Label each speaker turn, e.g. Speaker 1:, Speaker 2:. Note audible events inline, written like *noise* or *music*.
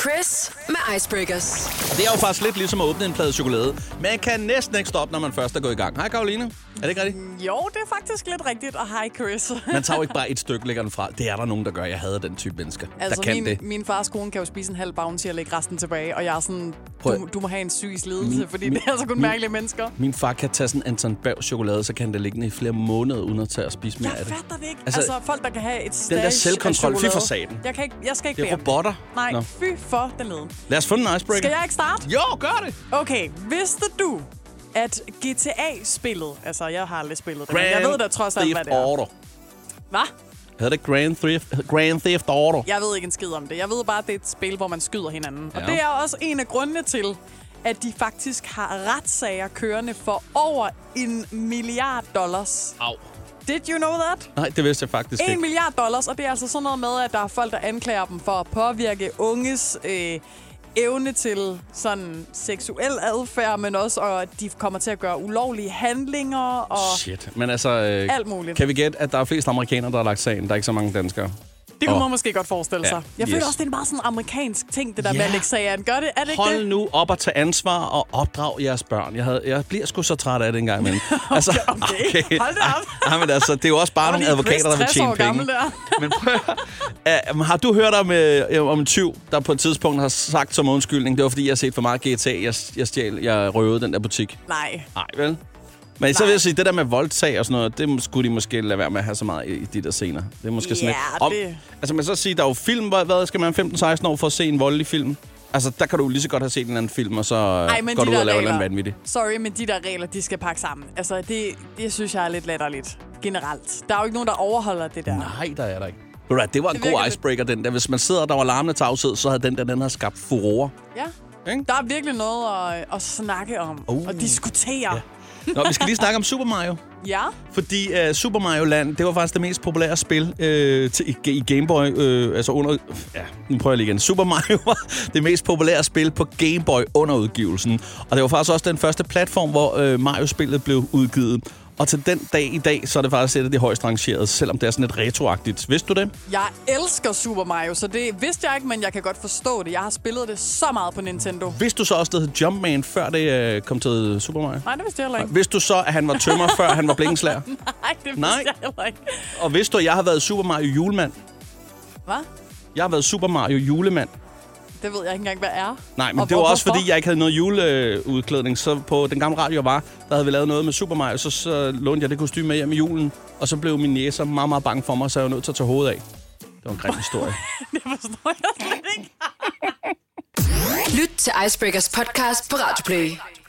Speaker 1: Chris med Icebreakers.
Speaker 2: Det er jo faktisk lidt ligesom at åbne en plade chokolade. Man kan næsten ikke stoppe, når man først er gået i gang. Hej Karoline. Er det ikke rigtigt?
Speaker 3: Jo, det er faktisk lidt rigtigt, og hej
Speaker 2: *laughs*
Speaker 3: Chris.
Speaker 2: Man tager jo ikke bare et stykke lægger den fra. Det er der nogen, der gør. Jeg hader den type mennesker,
Speaker 3: Altså,
Speaker 2: der kan
Speaker 3: min,
Speaker 2: det.
Speaker 3: min fars kone kan jo spise en halv bounty og lægge resten tilbage, og jeg er sådan,
Speaker 2: Prøv
Speaker 3: du,
Speaker 2: at-
Speaker 3: du må have en psykisk ledelse,
Speaker 2: Min-
Speaker 3: fordi
Speaker 2: min-
Speaker 3: det er altså kun
Speaker 2: min-
Speaker 3: mærkelige mennesker.
Speaker 2: Min far kan tage sådan Anton Berg chokolade, så kan han det liggende i flere måneder, uden at tage og spise mere
Speaker 3: Jeg
Speaker 2: af det.
Speaker 3: fatter det ikke.
Speaker 2: Altså,
Speaker 3: Altså, altså folk, der kan have et
Speaker 2: der
Speaker 3: stash af
Speaker 2: selvkontrol, fy for
Speaker 3: chokolade.
Speaker 2: satan.
Speaker 3: Jeg, kan ikke, jeg skal ikke
Speaker 2: Det er
Speaker 3: bære.
Speaker 2: robotter.
Speaker 3: Nej,
Speaker 2: Nå.
Speaker 3: fy for den leden.
Speaker 2: Lad os få en icebreaker.
Speaker 3: Skal jeg ikke starte?
Speaker 2: Jo, gør det!
Speaker 3: Okay, vidste du, at GTA-spillet, altså jeg har aldrig spillet det, men jeg ved da trods alt,
Speaker 2: Theft
Speaker 3: hvad det er.
Speaker 2: Auto.
Speaker 3: Hvad?
Speaker 2: Hedder det Grand Theft, Grand Theft Auto?
Speaker 3: Jeg ved ikke en skid om det. Jeg ved bare, at det er et spil, hvor man skyder hinanden. Ja.
Speaker 2: Ja.
Speaker 3: Og det er også en af grundene til, at de faktisk har retssager kørende for over en milliard dollars.
Speaker 2: Au.
Speaker 3: Did you know that?
Speaker 2: Nej, det vidste jeg faktisk
Speaker 3: En
Speaker 2: ikke.
Speaker 3: milliard dollars, og det er altså sådan noget med, at der er folk, der anklager dem for at påvirke unges øh, evne til sådan seksuel adfærd, men også, at de kommer til at gøre ulovlige handlinger. Og
Speaker 2: Shit. Men altså, øh,
Speaker 3: Alt muligt.
Speaker 2: kan vi gætte, at der er flest amerikanere, der har lagt sagen? Der er ikke så mange danskere.
Speaker 3: det kunne
Speaker 2: Åh.
Speaker 3: man måske godt forestille sig.
Speaker 2: Ja,
Speaker 3: Jeg
Speaker 2: yes.
Speaker 3: føler også, det er en meget sådan amerikansk ting, det der
Speaker 2: Ja.
Speaker 3: med at lægge sager an. Gør det? *laughs* Er det ikke
Speaker 2: Hold
Speaker 3: det?
Speaker 2: nu op og tage ansvar og opdrag jeres børn. Jeg, havde, jeg bliver sgu så træt af det en gang imellem. altså,
Speaker 3: *laughs* okay. Hold da
Speaker 2: *laughs*
Speaker 3: op.
Speaker 2: Ej, men altså, det er jo også bare
Speaker 3: var
Speaker 2: nogle
Speaker 3: lige
Speaker 2: advokater, der vil
Speaker 3: 60
Speaker 2: tjene
Speaker 3: år
Speaker 2: penge.
Speaker 3: gammel der.
Speaker 2: men prøv at høre. Uh, har du hørt om, øh, om en tyv, der på et tidspunkt har sagt som undskyldning, det var fordi, jeg har set for meget GTA, jeg, jeg stjal, jeg røvede den der butik?
Speaker 3: *laughs* Nej.
Speaker 2: Nej, vel? Men så
Speaker 3: Nej.
Speaker 2: vil jeg sige, det der med voldtag og sådan noget, det må- skulle de måske lade være med at have så meget i i de der scener. Det er måske sådan
Speaker 3: Ja,
Speaker 2: lidt-
Speaker 3: det-
Speaker 2: Altså, man så sige, der er jo film, hvad, hvad skal man 15-16 år for at se en voldelig film? Altså, der kan du jo lige så godt have set en eller anden film, og så Ej, går du ud og laver en eller anden vanvittig.
Speaker 3: Sorry, men de der regler, de skal pakke sammen. Altså, det, det synes jeg er lidt latterligt. Generelt. Der er jo ikke nogen, der overholder det der.
Speaker 2: Nej, der er der ikke. Ved du hvad, Det var en
Speaker 3: Det
Speaker 2: god
Speaker 3: virker lidt-
Speaker 2: icebreaker, den der. Hvis man sidder, og der var larmende tavshed, så havde den der, den har skabt furore.
Speaker 3: Ja.
Speaker 2: Ikke?
Speaker 3: Der er virkelig noget at, at snakke om
Speaker 2: Uh.
Speaker 3: og diskutere. Ja.
Speaker 2: Nå, vi skal lige snakke om Super Mario.
Speaker 3: ja.
Speaker 2: Fordi uh, Super Mario Land, det var faktisk det mest populære spil øh, til, i, i Game Boy. Øh, altså under... Ja, nu prøver jeg lige igen. Super Mario *laughs* var det mest populære spil på Game Boy under udgivelsen. Og det var faktisk også den første platform, hvor øh, Mario-spillet blev udgivet. Og til den dag i dag, så er det faktisk et af de højst rangerede, selvom det er sådan lidt retroagtigt. Vidste du det?
Speaker 3: Jeg elsker Super Mario, så det vidste jeg ikke, men jeg kan godt forstå det. Jeg har spillet det så meget på Nintendo.
Speaker 2: Vidste du så også, det hed Jumpman, før det øh, kom til Super Mario?
Speaker 3: Nej, det vidste jeg heller ikke.
Speaker 2: Vidste du så, at han var tømmer, før han var blikkenslager?
Speaker 3: *laughs* Nej, det vidste
Speaker 2: Nej.
Speaker 3: jeg heller ikke.
Speaker 2: Og vidste du, at jeg har været Super Mario julemand?
Speaker 3: Hvad?
Speaker 2: Jeg har været Super Mario julemand.
Speaker 3: Det ved jeg ikke engang, hvad er.
Speaker 2: Nej, men
Speaker 3: Og
Speaker 2: og det var
Speaker 3: hvor-
Speaker 2: også,
Speaker 3: hvorfor?
Speaker 2: fordi jeg ikke havde noget juleudklædning. Så på den gamle radio, jeg var, der havde vi lavet noget med Super Mario, så, så lånte jeg det kostume med hjem i julen. Og så blev min næser meget, meget bange for mig, så jeg var nødt til at tage hovedet af. Det var en grim historie.
Speaker 3: *laughs* Det forstår jeg slet ikke.
Speaker 1: Lyt til Icebreakers podcast på Radioplay.